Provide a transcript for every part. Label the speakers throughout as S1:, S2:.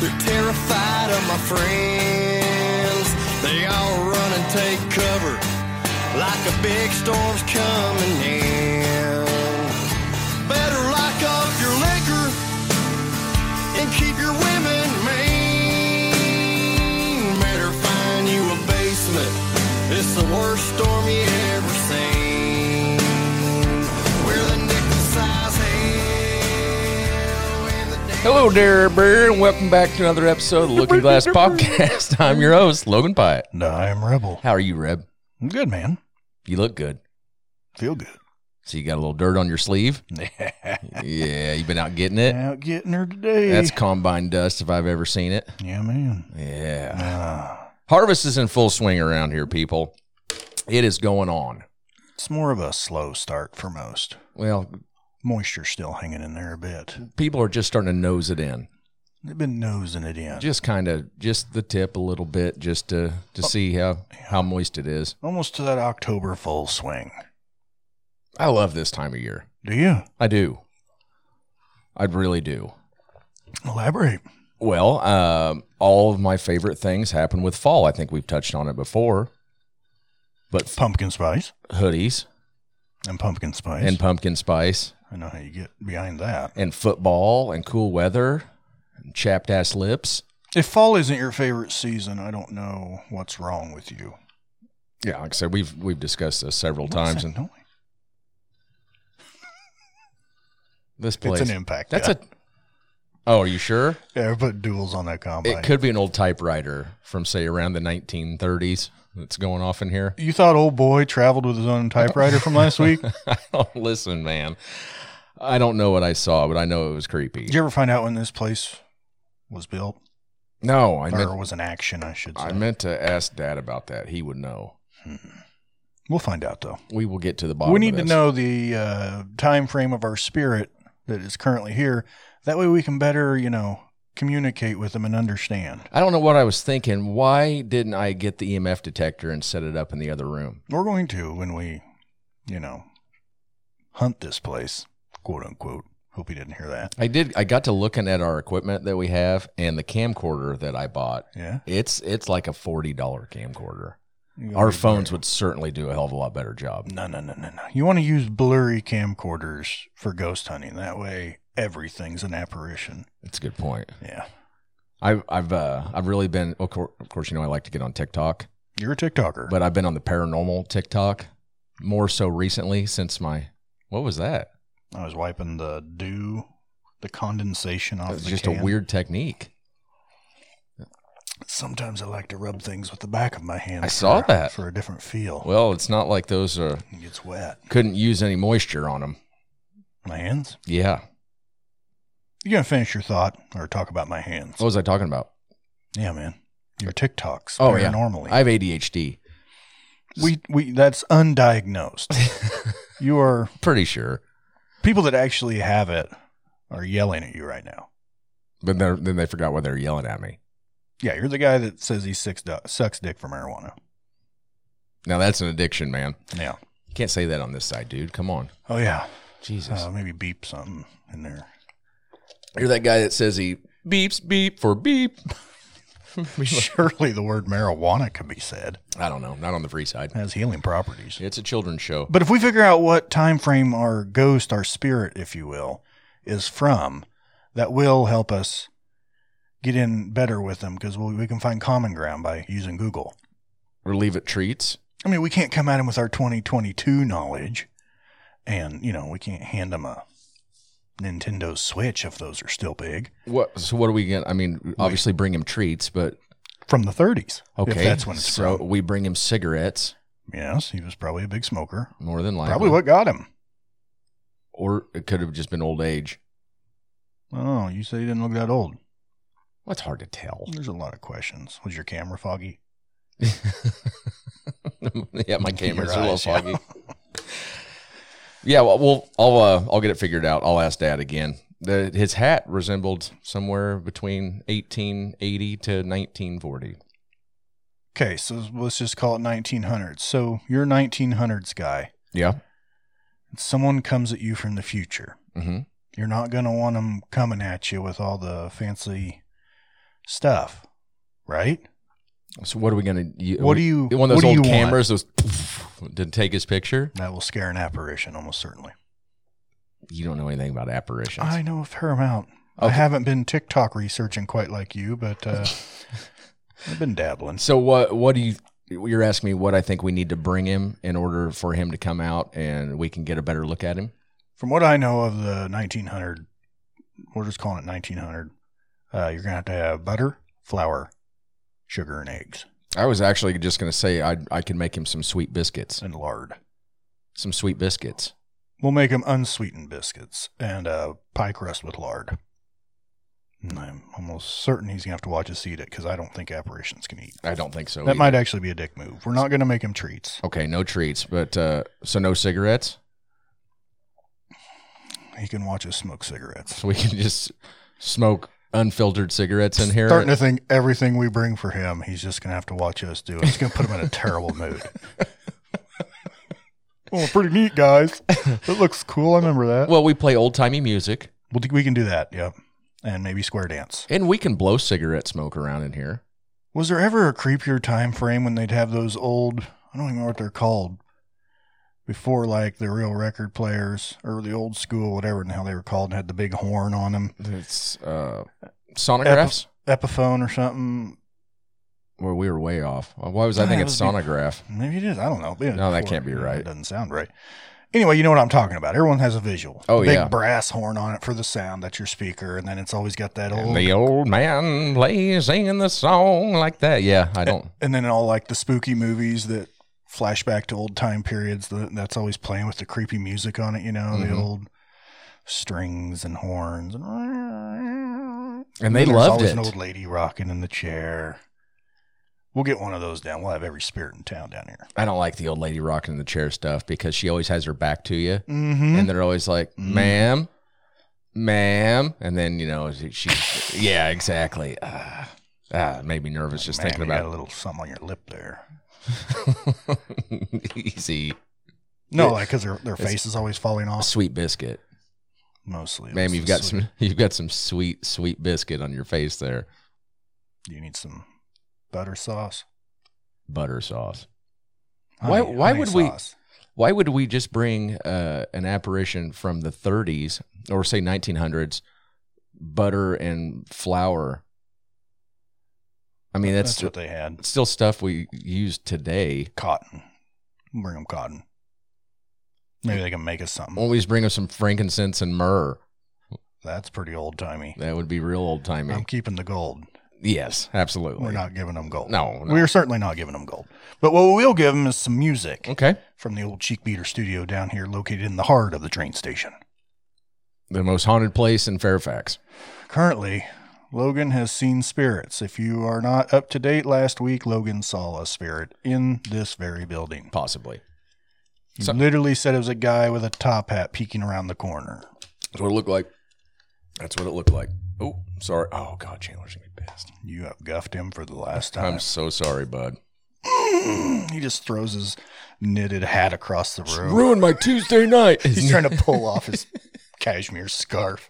S1: They're terrified of my friends. They all run and take cover like a big storm's coming in. Better lock up your liquor and keep your women mean. Better find you a basement. It's the worst storm you ever seen. We're the nickel size hell and the
S2: Hello there, bird, and welcome back to another episode of the Looking Glass Podcast. I'm your host, Logan Pyatt.
S3: No, I am rebel.
S2: How are you, Reb?
S3: I'm good, man.
S2: You look good.
S3: Feel good.
S2: So you got a little dirt on your sleeve? yeah, you've been out getting it.
S3: Out getting her today.
S2: That's combine dust if I've ever seen it.
S3: yeah, man.
S2: Yeah.
S3: Ah,
S2: Harvest is in full swing around here, people. It is going on.
S3: it's more of a slow start for most.
S2: Well,
S3: Moisture still hanging in there a bit.
S2: people are just starting to nose it in.
S3: They've been nosing it in.
S2: Just kind of just the tip a little bit just to to see how how moist it is.
S3: Almost to that October full swing.
S2: I love this time of year.
S3: Do you?
S2: I do. I really do.
S3: Elaborate.
S2: Well, um, all of my favorite things happen with fall. I think we've touched on it before. But f-
S3: Pumpkin spice
S2: hoodies
S3: and pumpkin spice.
S2: and pumpkin spice
S3: I know how you get behind that.
S2: and football and cool weather and chapped ass lips.
S3: If fall isn't your favorite season, I don't know what's wrong with you.
S2: Yeah, like I said, we've we've discussed this several times, and
S3: Don't we?
S2: this place
S3: it's an impact.
S2: That's
S3: yeah.
S2: a. Oh, are you sure?
S3: Yeah, put duels on that combine.
S2: It could be an old typewriter from say around the 1930s that's going off in here.
S3: You thought old boy traveled with his own typewriter from last week? Did
S2: I don't Oh, listen, man. I don't know what I saw, but I know it was creepy.
S3: you ever find out when this place was built
S2: No, I meant
S3: or was an action? I should say.
S2: I meant to ask Dad about that. He would know.
S3: we'll find out though.
S2: We will get to the bottom.
S3: we
S2: of
S3: need to
S2: this.
S3: know the uh, time frame of our spirit that is currently here. That way, we can better, you know, communicate with them and understand.
S2: I don't know what I was thinking. Why didn't I get the EMF detector and set it up in the other room?
S3: We're going to when we, you know, hunt this place, quote unquote. Hope you didn't hear that.
S2: I did. I got to looking at our equipment that we have and the camcorder that I bought.
S3: Yeah.
S2: It's it's like a forty dollar camcorder.
S3: You
S2: Our
S3: gotta be
S2: phones would certainly do a hell of a lot better job.
S3: No, no, no, no, no. You want to use blurry camcorders for ghost hunting. That way, everything's an apparition.
S2: That's a good point.
S3: Yeah.
S2: I've I've uh, I've really been. Of course, of course, you know I like to get on TikTok,
S3: You're a TikToker.
S2: but I've been on the paranormal TikTok more so recently since my. What was that?
S3: I was wiping the dew, the condensation off
S2: It's
S3: the
S2: just a
S3: can.
S2: weird technique.
S3: Sometimes I like to rub things with the back of my hand.
S2: I saw
S3: for-
S2: that.
S3: for a different feel.
S2: Well, it's not like those uh,
S3: it gets wet.
S2: couldn't use any moisture on them.
S3: My hands.
S2: Yeah.
S3: You gonna finish your thought or talk about my hands?
S2: What was I talking about?
S3: Yeah, man. Your TikToks.
S2: Oh, yeah.
S3: Normally,
S2: I have ADHD.
S3: we we that's undiagnosed. you are
S2: Pretty sure.
S3: people that actually have it are yelling at you right now.
S2: But they're- then they forgot why they were yelling at me.
S3: Yeah, you're the guy that says he six du- sucks dick for marijuana.
S2: Now that's an addiction, man.
S3: Yeah.
S2: You can't say that on this side, dude. Come on.
S3: Oh yeah.
S2: Jesus.
S3: Uh, maybe beep something in there.
S2: You're that guy that says he beeps beep for beep.
S3: Surely the word marijuana could be said.
S2: I don't know. Not on the free side.
S3: It has healing properties.
S2: It's a children's show.
S3: But if we figure out what time frame our ghost, our spirit, if you will, is from, that will help us get in better with them because we we can find common ground by using Google.
S2: Or leave it treats.
S3: I mean, we can't come at them with our 2022 knowledge, and you know we can't hand them a Nintendo Switch if those are still big.
S2: What? So what are we going to? I mean, obviously bring him treats, but
S3: from the 30s.
S2: okay.
S3: if that's when it's
S2: so
S3: from.
S2: we bring him cigarettes,
S3: Yes, he was probably a big smoker.
S2: more than likely.
S3: Probably what got him.
S2: Or it could have just been old age.
S3: Oh, you say he didn't look that old.
S2: Well, it's hard to tell.
S3: There's a lot of questions. Was your camera foggy?
S2: yeah, my camera's a
S3: Your
S2: little
S3: eyes, yeah.
S2: foggy. yeah, well, we'll I'll uh, I'll get it figured out. I'll ask Dad again. The, his hat resembled somewhere between 1880 to 1940.
S3: Okay, so let's just call it 1900s. So you're a 1900s guy.
S2: Yeah.
S3: Someone comes at you from the future.
S2: hmm
S3: You're not going to want them coming at you with all the fancy stuff, right?
S2: So what are we gonna? You,
S3: What do you-
S2: One of those
S3: what do
S2: old
S3: you want?
S2: cameras. Those to take his picture.
S3: That will scare an apparition almost certainly.
S2: You don't know anything about apparitions.
S3: I know a fair amount. I
S2: Okay.
S3: haven't been TikTok researching quite like you, but uh, I've been dabbling.
S2: So what? What do you? You're asking me what I think we need to bring him in order for him to come out and we can get a better look at him.
S3: From what I know of the 1900, we're just calling it 1900. Uh, you're gonna have to have butter, flour, sugar, and eggs,
S2: I was actually just going to say I I could make him some sweet biscuits.
S3: and lard.
S2: Some sweet biscuits.
S3: We'll make them unsweetened biscuits and a pie crust with lard. And I'm almost certain he's gonna have to watch us eat it because I don't think apparitions can eat.
S2: I don't think so.
S3: That
S2: either.
S3: might actually be a dick move. We're not gonna make him treats.
S2: Okay, no treats, but uh, so no cigarettes.
S3: He can watch us smoke cigarettes.
S2: So we can just smoke unfiltered cigarettes in here.
S3: Starting to think everything we bring for him, he's just gonna have to watch us do. it. It's gonna put him in a terrible mood. Well, pretty neat, guys. It looks cool. I remember that. Well,
S2: well, we play old timey music,
S3: we can do that. Yep. And maybe square dance.
S2: and we can blow cigarette smoke around in here.
S3: Was there ever a creepier time frame when they'd have those old? I don't even know what they're called. Before, like the real record players or the old school, whatever the hell they were called, and had the big horn on them,
S2: It's uh, sonographs.
S3: Epiphone or something.
S2: Well, we were way off. Why was I
S3: Yeah,
S2: thinking
S3: it
S2: it's
S3: was be-
S2: sonograph?
S3: Maybe it is. I don't know. Yeah,
S2: No, that
S3: before-
S2: can't be
S3: yeah,
S2: right.
S3: It doesn't sound right. Anyway, you know what I'm talking about. Everyone has a visual.
S2: Oh,
S3: big
S2: yeah.
S3: brass horn on it for the sound. That's your speaker, and then it's always got that old.
S2: The old man plays singing the song like that. Yeah, I don't.
S3: and then all like the spooky movies that flash back to old time periods the, that's always playing with the creepy music on it you know
S2: Mhm.
S3: the old strings and horns and,
S2: And they
S3: there's
S2: loved
S3: always
S2: it.
S3: an old lady rocking in the chair we'll get one of those down we'll have every spirit in town down here
S2: I don't like the old lady rocking the chair stuff because she always has her back to you,
S3: mm-hmm.
S2: and they're always like,
S3: Mm.
S2: "Ma'am, ma'am," and then you know she, she yeah, exactly. Uh, ah, it made me nervous just thinking
S3: got a
S2: about
S3: little something on your lip there
S2: it. Easy
S3: no
S2: Yeah.
S3: like because their, their
S2: It's-
S3: face is always falling off
S2: sweet biscuit,
S3: mostly
S2: ma'am.
S3: It's
S2: You've
S3: the
S2: got
S3: sweet-
S2: some, you've got some sweet, sweet biscuit on your face there.
S3: you need some butter sauce
S2: Butter sauce. Why- why would we-
S3: sauce.
S2: Why would we just bring uh, an apparition from the 30s or say 1900s, butter and flour? I mean, that's,
S3: that's what they had
S2: still stuff we use today.
S3: cotton. Bring them cotton. Maybe they can make us something.
S2: Always bring us some frankincense and myrrh.
S3: That's pretty old timey.
S2: That would be real old timey.
S3: I'm keeping the gold.
S2: yes, absolutely.
S3: We're not giving them gold.
S2: No, no.
S3: We're certainly not giving them gold. But what we'll give them is some music
S2: okay.
S3: from the old Cheek Beater studio down here, located in the heart of the train station.
S2: The most haunted place in Fairfax.
S3: Currently, Logan has seen spirits. If you are not up to date, last week Logan saw a spirit in this very building.
S2: Possibly.
S3: He
S2: So-
S3: literally said it was a guy with a top hat peeking around the corner.
S2: That's what it looked like. That's what it looked like. Oh, sorry. Oh, God, Chandler's going to be pissed.
S3: You have guffed him for the last time.
S2: I'm so sorry, bud.
S3: He just throws his knitted hat across the room.
S2: Ruined my Tuesday night.
S3: He's trying to pull off his cashmere scarf.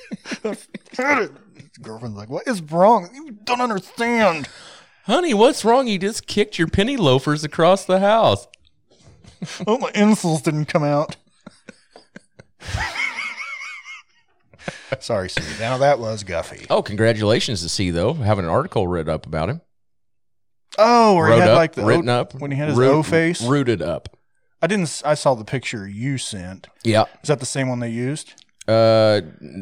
S3: his girlfriend's like, What is wrong? You don't understand.
S2: Honey, what's wrong? You just kicked your penny loafers across the house.
S3: Oh, my insoles didn't come out. Sorry, Steve. Now that was Guffey.
S2: Oh, congratulations to see though. Having an article writ up about him.
S3: Oh, where he
S2: Wrote
S3: had
S2: up,
S3: like the
S2: written
S3: O-
S2: up.
S3: when he had his
S2: root-
S3: O face.
S2: Rooted up.
S3: I didn't. s- I saw the picture you sent.
S2: Yeah.
S3: Is that the same one they used?
S2: Uh,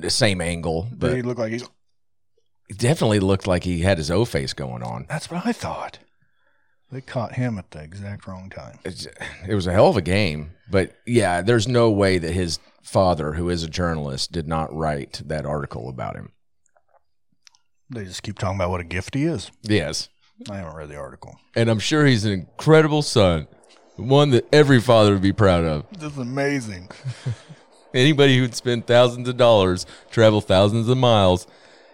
S2: same angle,
S3: But he
S2: but
S3: looked like he's.
S2: it definitely looked like he had his O face going on.
S3: That's what I thought. They caught him at the exact wrong time.
S2: It's, it was a hell of a game, but yeah, there's no way that his father, who is a journalist, did not write that article about him.
S3: They just keep talking about what a gift he is.
S2: Yes.
S3: I haven't read the article.
S2: And I'm sure he's an incredible son, one that every father would be proud of.
S3: This is amazing.
S2: Anybody who'd spend thousands of dollars, travel thousands of miles,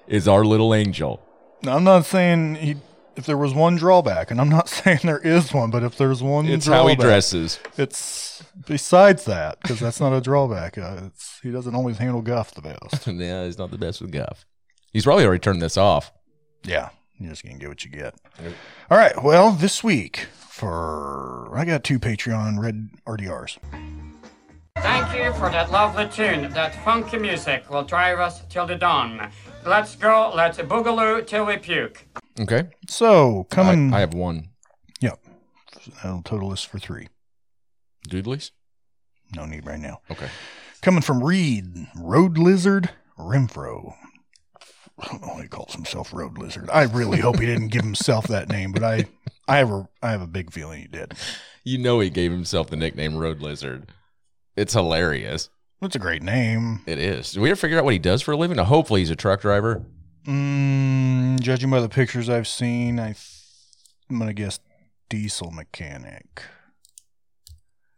S2: is our little angel.
S3: Now, I'm not saying he. If there was one drawback, and I'm not saying there is one, but if there's one,
S2: It's how he
S3: Mm, drawback,
S2: dresses.
S3: It's besides that because that's not a drawback. Uh, it's, he doesn't always handle guff the best.
S2: yeah, he's not the best with guff. He's probably already turned this off.
S3: yeah, you're just gonna get what you get. All right. Well, this week for I got two Patreon red RDRs.
S4: Thank you for that lovely tune. That funky music will drive us till the dawn. Let's go, let's boogaloo till we puke.
S2: Okay.
S3: So coming,
S2: I, I have one.
S3: yep. That'll total us for three.
S2: Doodlies?
S3: No need right now.
S2: Okay.
S3: Coming from Reed, Road Lizard Renfro. I don't know why he calls himself Road Lizard. I really hope he didn't give himself that name, but I, I have a, I have a big feeling he did.
S2: You know he gave himself the nickname Road Lizard. It's hilarious.
S3: That's a great name.
S2: It is. Did we ever figure out what he does for a living? Now, hopefully he's a truck driver.
S3: Mm, judging by the pictures I've seen, I th- I'm gonna guess diesel mechanic.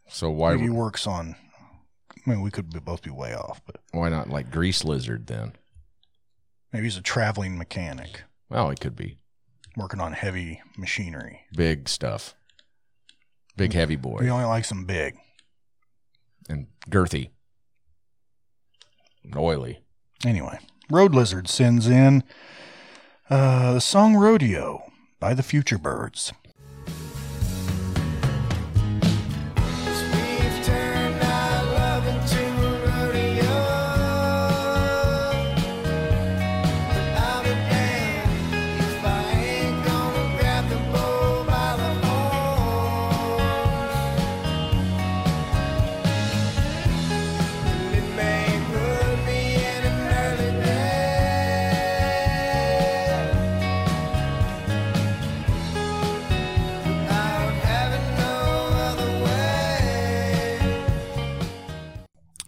S2: So
S3: I
S2: why
S3: he works on. I mean, we could be, both be way off, but
S2: why not like Grease Lizard then?
S3: maybe he's a traveling mechanic
S2: Well, it could be
S3: working on heavy machinery.
S2: big stuff, big heavy boy,
S3: He only likes them big.
S2: and girthy, and oily.
S3: Anyway, Road Lizard sends in uh, the song "Rodeo" by the Future Birds.
S1: We've turned our love into a rodeo. But I'll be damned if I ain't gonna grab the bull by the horns. It may put me in an early grave. I don't have no other way.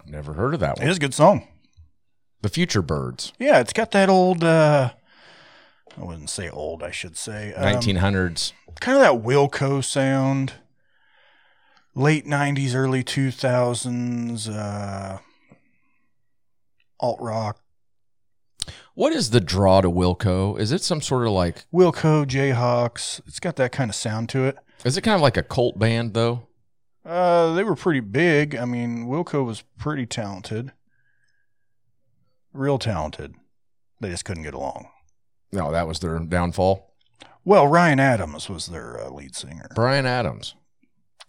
S2: Never heard of that one.
S3: It is a good song.
S2: The Future Birds,
S3: Yeah, it's got that old. Uh, I wouldn't say old. I should say um,
S2: nineteen hundreds.
S3: kind of that Wilco sound, late '90s, early 2000s, uh, alt rock.
S2: What is the draw to Wilco? Is it some sort of like?
S3: Wilco, Jayhawks. It's got that kind of sound to it.
S2: Is it kind of like a cult band though?
S3: Uh, they were pretty big. I mean, Wilco was pretty talented, real talented. They just couldn't get along.
S2: No, that was their downfall.
S3: Well, Ryan Adams was their uh, lead singer.
S2: Brian Adams,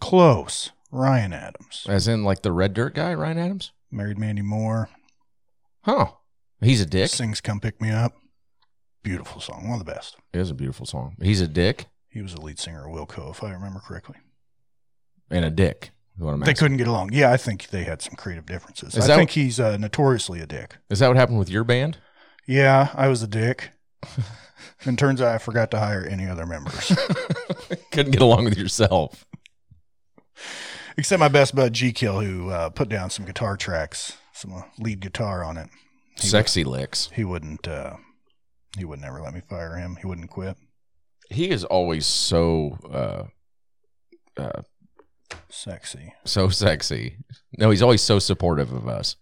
S3: Close. Ryan Adams
S2: as in like the Red Dirt guy, Ryan Adams.
S3: married Mandy Moore.
S2: Huh? He's a dick.
S3: Sings "Come Pick Me Up." Beautiful song, one of the best.
S2: It is a beautiful song. He's a dick
S3: He was the lead singer of Wilco, if I remember correctly.
S2: and a dick. Is what I'm
S3: They
S2: asking.
S3: couldn't get along. Yeah, I think they had some creative differences.
S2: Is
S3: I
S2: that
S3: think
S2: what-
S3: he's uh, notoriously a dick.
S2: Is that what happened with your band?
S3: Yeah, I was a dick. and turns out I forgot to hire any other members
S2: couldn't get along with yourself.
S3: except my best bud G Kill, who uh, put down some guitar tracks, some uh, lead guitar on it.
S2: Sexy licks.
S3: He wouldn't. Uh, he would never let me fire him. He wouldn't quit.
S2: He is always so uh, uh,
S3: Sexy,
S2: so sexy. No, he's always so supportive of us.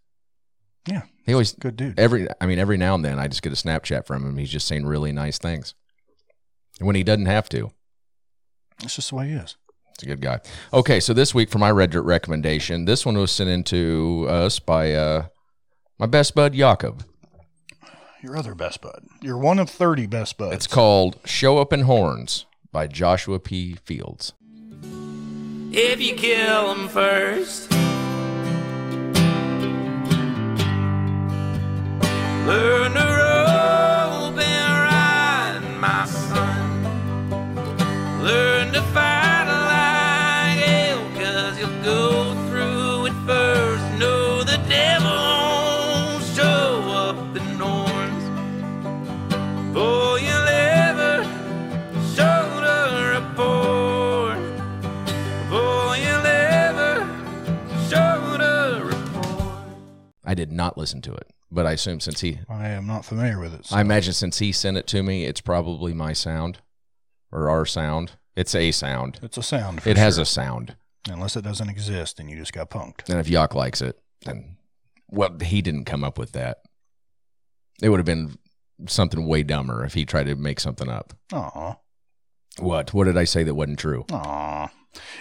S3: Yeah.
S2: he always
S3: good dude.
S2: every. I mean, every now and then I just get a Snapchat from him. He's just saying really nice things when he doesn't have to.
S3: That's just the way he is.
S2: It's a good guy. Okay, so this week for my Red Dirt recommendation, this one was sent in to us by uh, my best bud Jakob.
S3: Your other best bud. You're one of thirty best buds.
S2: It's called "Show Up in Horns" by Joshua P. Fields.
S5: if you kill 'em first. Learn to rope and ride, my son. Learn to fight like hell, cause you'll go through it first. Know the devil won't show up in horns. For you'll ever shoulder a board. Boy, you'll ever show the report.
S2: I did not not listened to it, but I assume since he,
S3: I am not familiar with it. so-
S2: I imagine since he sent it to me, it's probably my sound or our sound. It's a sound.
S3: it's a sound. For
S2: It has
S3: sure.
S2: a sound.
S3: Unless it doesn't exist and you just got punked.
S2: And if Yock likes it, then well, he didn't come up with that. It would have been something way dumber if he tried to make something up.
S3: Aw.
S2: What? What did I say that wasn't true?
S3: Aw.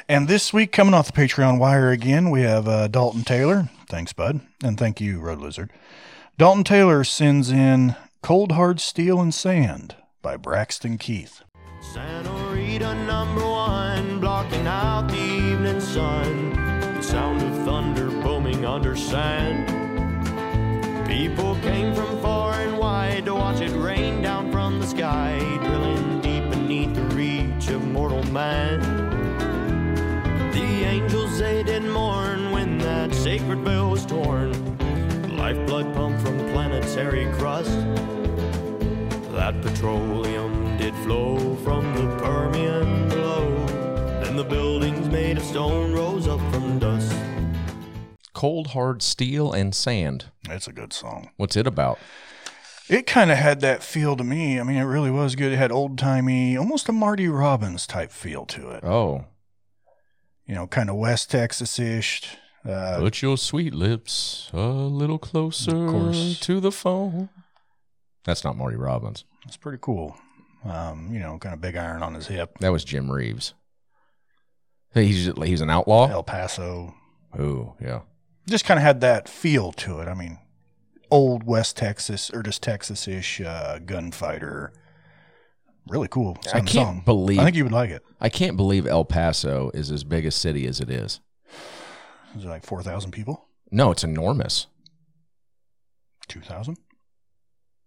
S3: And this week, coming off the Patreon wire again, we have uh, Dalton Taylor. Thanks, bud. And thank you, Road Lizard. Dalton Taylor sends in Cold Hard Steel and Sand by Braxton Keith.
S1: Santa Rita number one, blocking out the evening sun. The sound of thunder booming under sand. People came from far and wide to watch it rain down from the sky, drilling deep beneath the reach of mortal man. The angels they did mourn when that sacred veil was torn. Lifeblood pumped from planetary crust. That petroleum did flow from the Permian below, and the buildings made of stone rose up from dust.
S2: Cold hard steel and sand.
S3: It's a good song.
S2: What's it about?
S3: It kind of had that feel to me. I mean, it really was good. It had old timey, almost a Marty Robbins type feel to it.
S2: Oh,
S3: You know, kind of West Texas ish. Uh,
S2: put your sweet lips a little closer
S3: Of course.
S2: to the phone. That's not Marty Robbins.
S3: it's pretty cool. Um, you know, kind of big iron on his hip.
S2: That was Jim Reeves. He's he's an outlaw.
S3: El Paso,
S2: Ooh, yeah.
S3: just kind of had that feel to it. I mean, old West Texas or just Texas ish uh, gunfighter. Really cool.
S2: I
S3: sounding
S2: can't
S3: song.
S2: believe
S3: I think you would like it.
S2: I can't believe El Paso is as big a city as it is.
S3: Is it like 4,000 people?
S2: No, it's enormous.
S3: 2,000?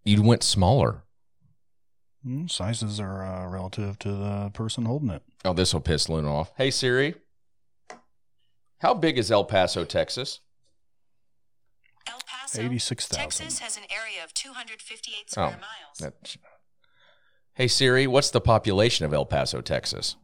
S2: You went smaller.
S3: Mm, sizes are uh, relative to the person holding it.
S2: Oh, this will piss Luna off. Hey Siri, how big is El Paso, Texas?
S6: El Paso,
S3: 86,000.
S6: Texas has an area of 258 square miles.
S2: That's... Hey Siri, what's the population of El Paso, Texas?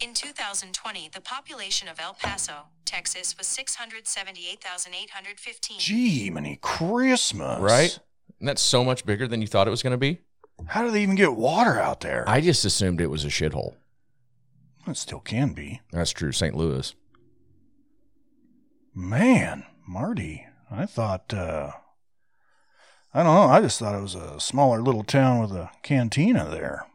S6: In 2020, the population of El Paso, Texas was 678,815.
S3: Gee, many Christmas.
S2: Right? And that's so much bigger than you thought it was going to be.
S3: How do they even get water out there?
S2: I just assumed it was a shithole.
S3: it still can be.
S2: That's true. St. Louis.
S3: Man, Marty, I thought, uh, I don't know, I just thought it was a smaller little town with a cantina there.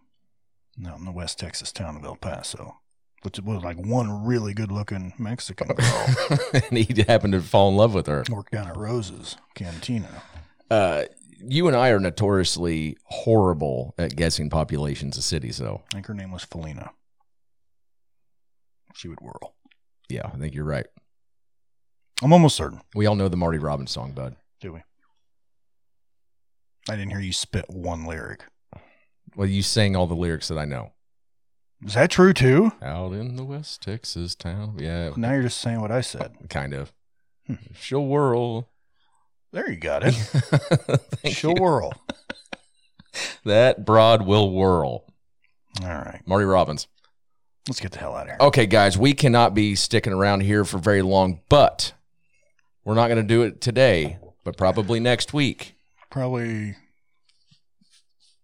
S3: Out in the West Texas town of El Paso. Which was like one really good looking Mexican girl
S2: and he happened to fall in love with her.
S3: worked down at Rose's Cantina.
S2: Uh, you and I are notoriously horrible at guessing populations of cities, though.
S3: I think her name was Felina. She would whirl.
S2: Yeah, I think you're right.
S3: I'm almost certain.
S2: We all know the Marty Robbins song, bud.
S3: Do we? I didn't hear you spit one lyric.
S2: Well, you sang all the lyrics that I know.
S3: Is that true too?
S2: Out in the West Texas town. Yeah,
S3: Now you're just saying what I said.
S2: kind of. She'll whirl.
S3: There you got it.
S2: Thank
S3: She'll
S2: you.
S3: whirl.
S2: That broad will whirl.
S3: All right.
S2: Marty Robbins.
S3: Let's get the hell out of here.
S2: Okay, guys, we cannot be sticking around here for very long, but we're not going to do it today, but probably next week.
S3: Probably.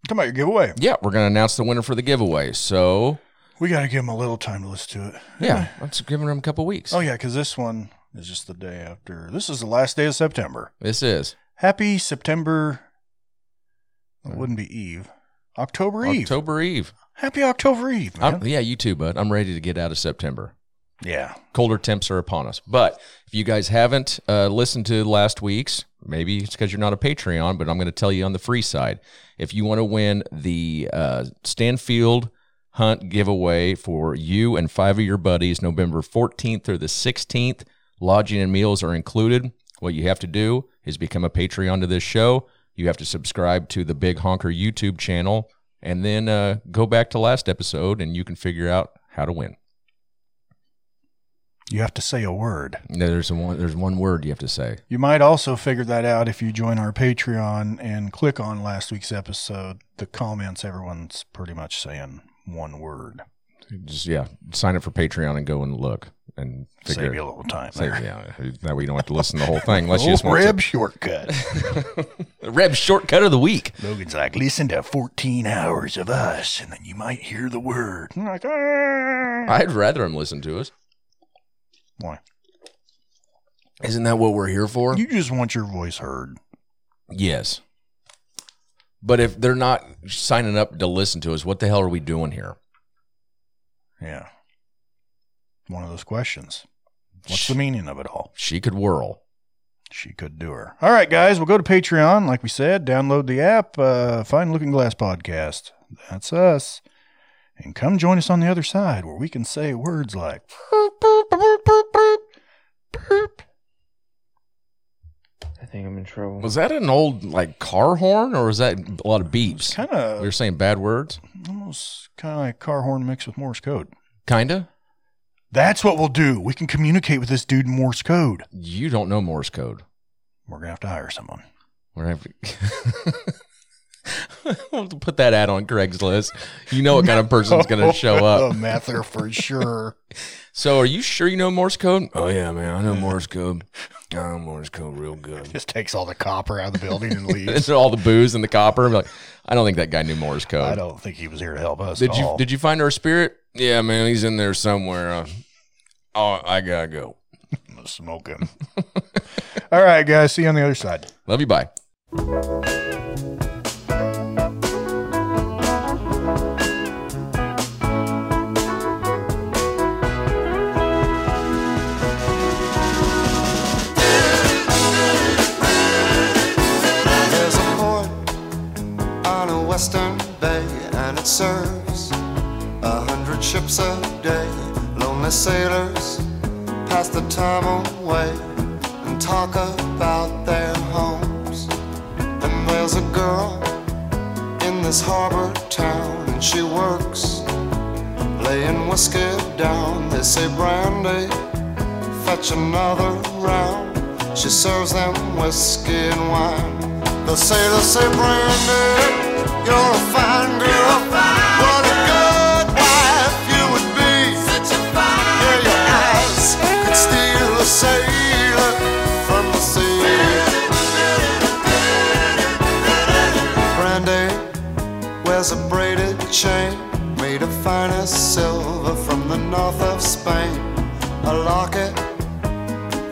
S3: Come out your giveaway.
S2: Yeah, we're going to announce the winner for the giveaway. So,
S3: We got to give them a little time to listen to it.
S2: yeah, that's giving them a couple weeks.
S3: Oh, yeah, because this one is just the day after. This is the last day of September.
S2: This is
S3: Happy September. It wouldn't be Eve. October Eve.
S2: October Eve.
S3: Happy October Eve, man.
S2: I'm- yeah, you too, bud. I'm ready to get out of September.
S3: yeah.
S2: colder temps are upon us. But if you guys haven't uh, listened to last week's, maybe it's because you're not a Patreon, but I'm going to tell you on the free side. If you want to win the uh, Stanfield Hunt giveaway for you and five of your buddies, November 14th through the 16th, lodging and meals are included. What you have to do is become a Patreon to this show. You have to subscribe to the Big Honker YouTube channel and then uh, go back to last episode and you can figure out how to win.
S3: You have to say a word.
S2: No, There's a one. There's one word you have to say.
S3: You might also figure that out if you join our Patreon and click on last week's episode. The comments, everyone's pretty much saying one word.
S2: Just yeah, sign up for Patreon and go and look and figure.
S3: Save
S2: it-
S3: you a little time.
S2: save-
S3: there.
S2: yeah, that way you don't have to listen to the whole thing unless you just
S3: Oh,
S2: want
S3: rib shortcut.
S2: to. Reb shortcut of the week.
S3: Logan's like, listen to 14 hours of us, and then you might hear the word. I'm like, "Ah."
S2: I'd rather him listen to us.
S3: Why?
S2: Isn't that what we're here for?
S3: You just want your voice heard.
S2: yes. But if they're not signing up to listen to us, what the hell are we doing here?
S3: Yeah. One of those questions. What's the meaning of it all?
S2: She could whirl.
S3: She could do her. All right, guys, we'll go to Patreon. Like we said, download the app, uh, find Looking Glass Podcast. That's us. And come join us on the other side where we can say words like boop, boop, boop, boop, boop, boop.
S7: I think I'm in trouble.
S2: Was that an old like car horn or was that a lot of beeps?
S3: Kind
S2: We were
S3: of
S2: saying bad words?
S3: almost kind of like car horn mixed with Morse code.
S2: Kinda?
S3: That's what we'll do. We can communicate with this dude in Morse code.
S2: You don't know Morse code.
S3: We're gonna have to hire someone.
S2: We're gonna have to We'll have to put that ad on Craigslist. You know what kind of person's gonna show
S3: A
S2: up.
S3: mather for sure.
S2: So are you sure you know Morse code? Oh yeah, man, I know Morse code. I know Morse code Um, real good.
S3: Just takes all the copper out of the building and
S2: And
S3: leaves.
S2: so all the booze and the copper. I'm like, I don't think that guy knew Morse code.
S3: I don't think he was here to help us.
S2: Did
S3: at
S2: you
S3: all.
S2: did you find our spirit? Yeah, man, he's in there somewhere. Uh, oh, I gotta go.
S3: smoke him? all right, guys. See you on the other side.
S2: Love you. Bye.
S1: There's a port on a western bay, and it serves a hundred ships a day. Lonely sailors pass the time away and talk about their homes. And there's a girl in this harbor town, and she works laying whiskey down. They say brandy, fetch another round. She serves them whiskey and wine. The sailors say, Brandy, you're a fine girl. What a good wife you would be. Such a fine yeah, your eyes could steal a sailor from the sea. Brandy wears a braided chain made of finest silver from the north of Spain. A locket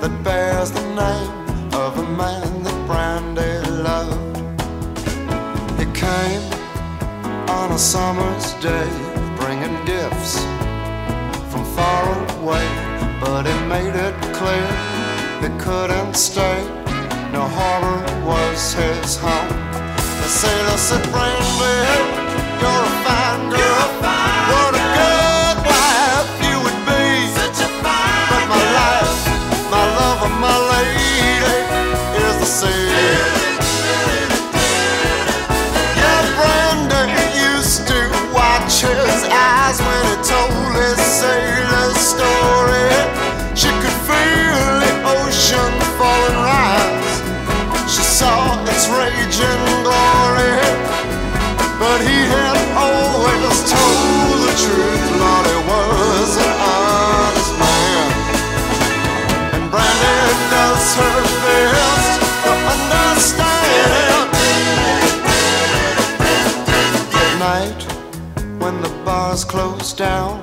S1: that bears the name of a man that Brandy loved. He came on a summer's day, bringing gifts from far away, but he made it clear he couldn't stay. No harbor was his home. The sailor said, Brandy, you're a fine girl. What a good wife you would be. Such a fine But my life, my love, and my lady is the sea. Yeah, Brandon used to watch his eyes when he told his sailor story. She could feel the ocean falling rise. She saw its raging glory. But he had always told the truth. Lord, he was an honest man. And Brandon does her best to understand. At night, when the bars close down,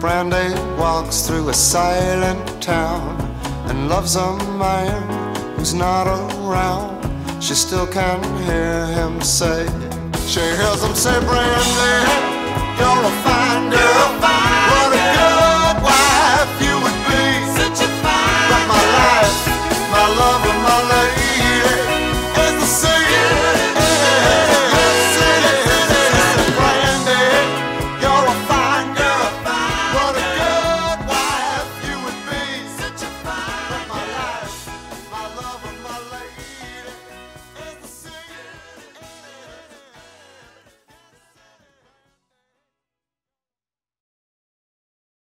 S1: Brandy walks through a silent town and loves a man who's not around. She still can hear him say, She hears him say, Brandy,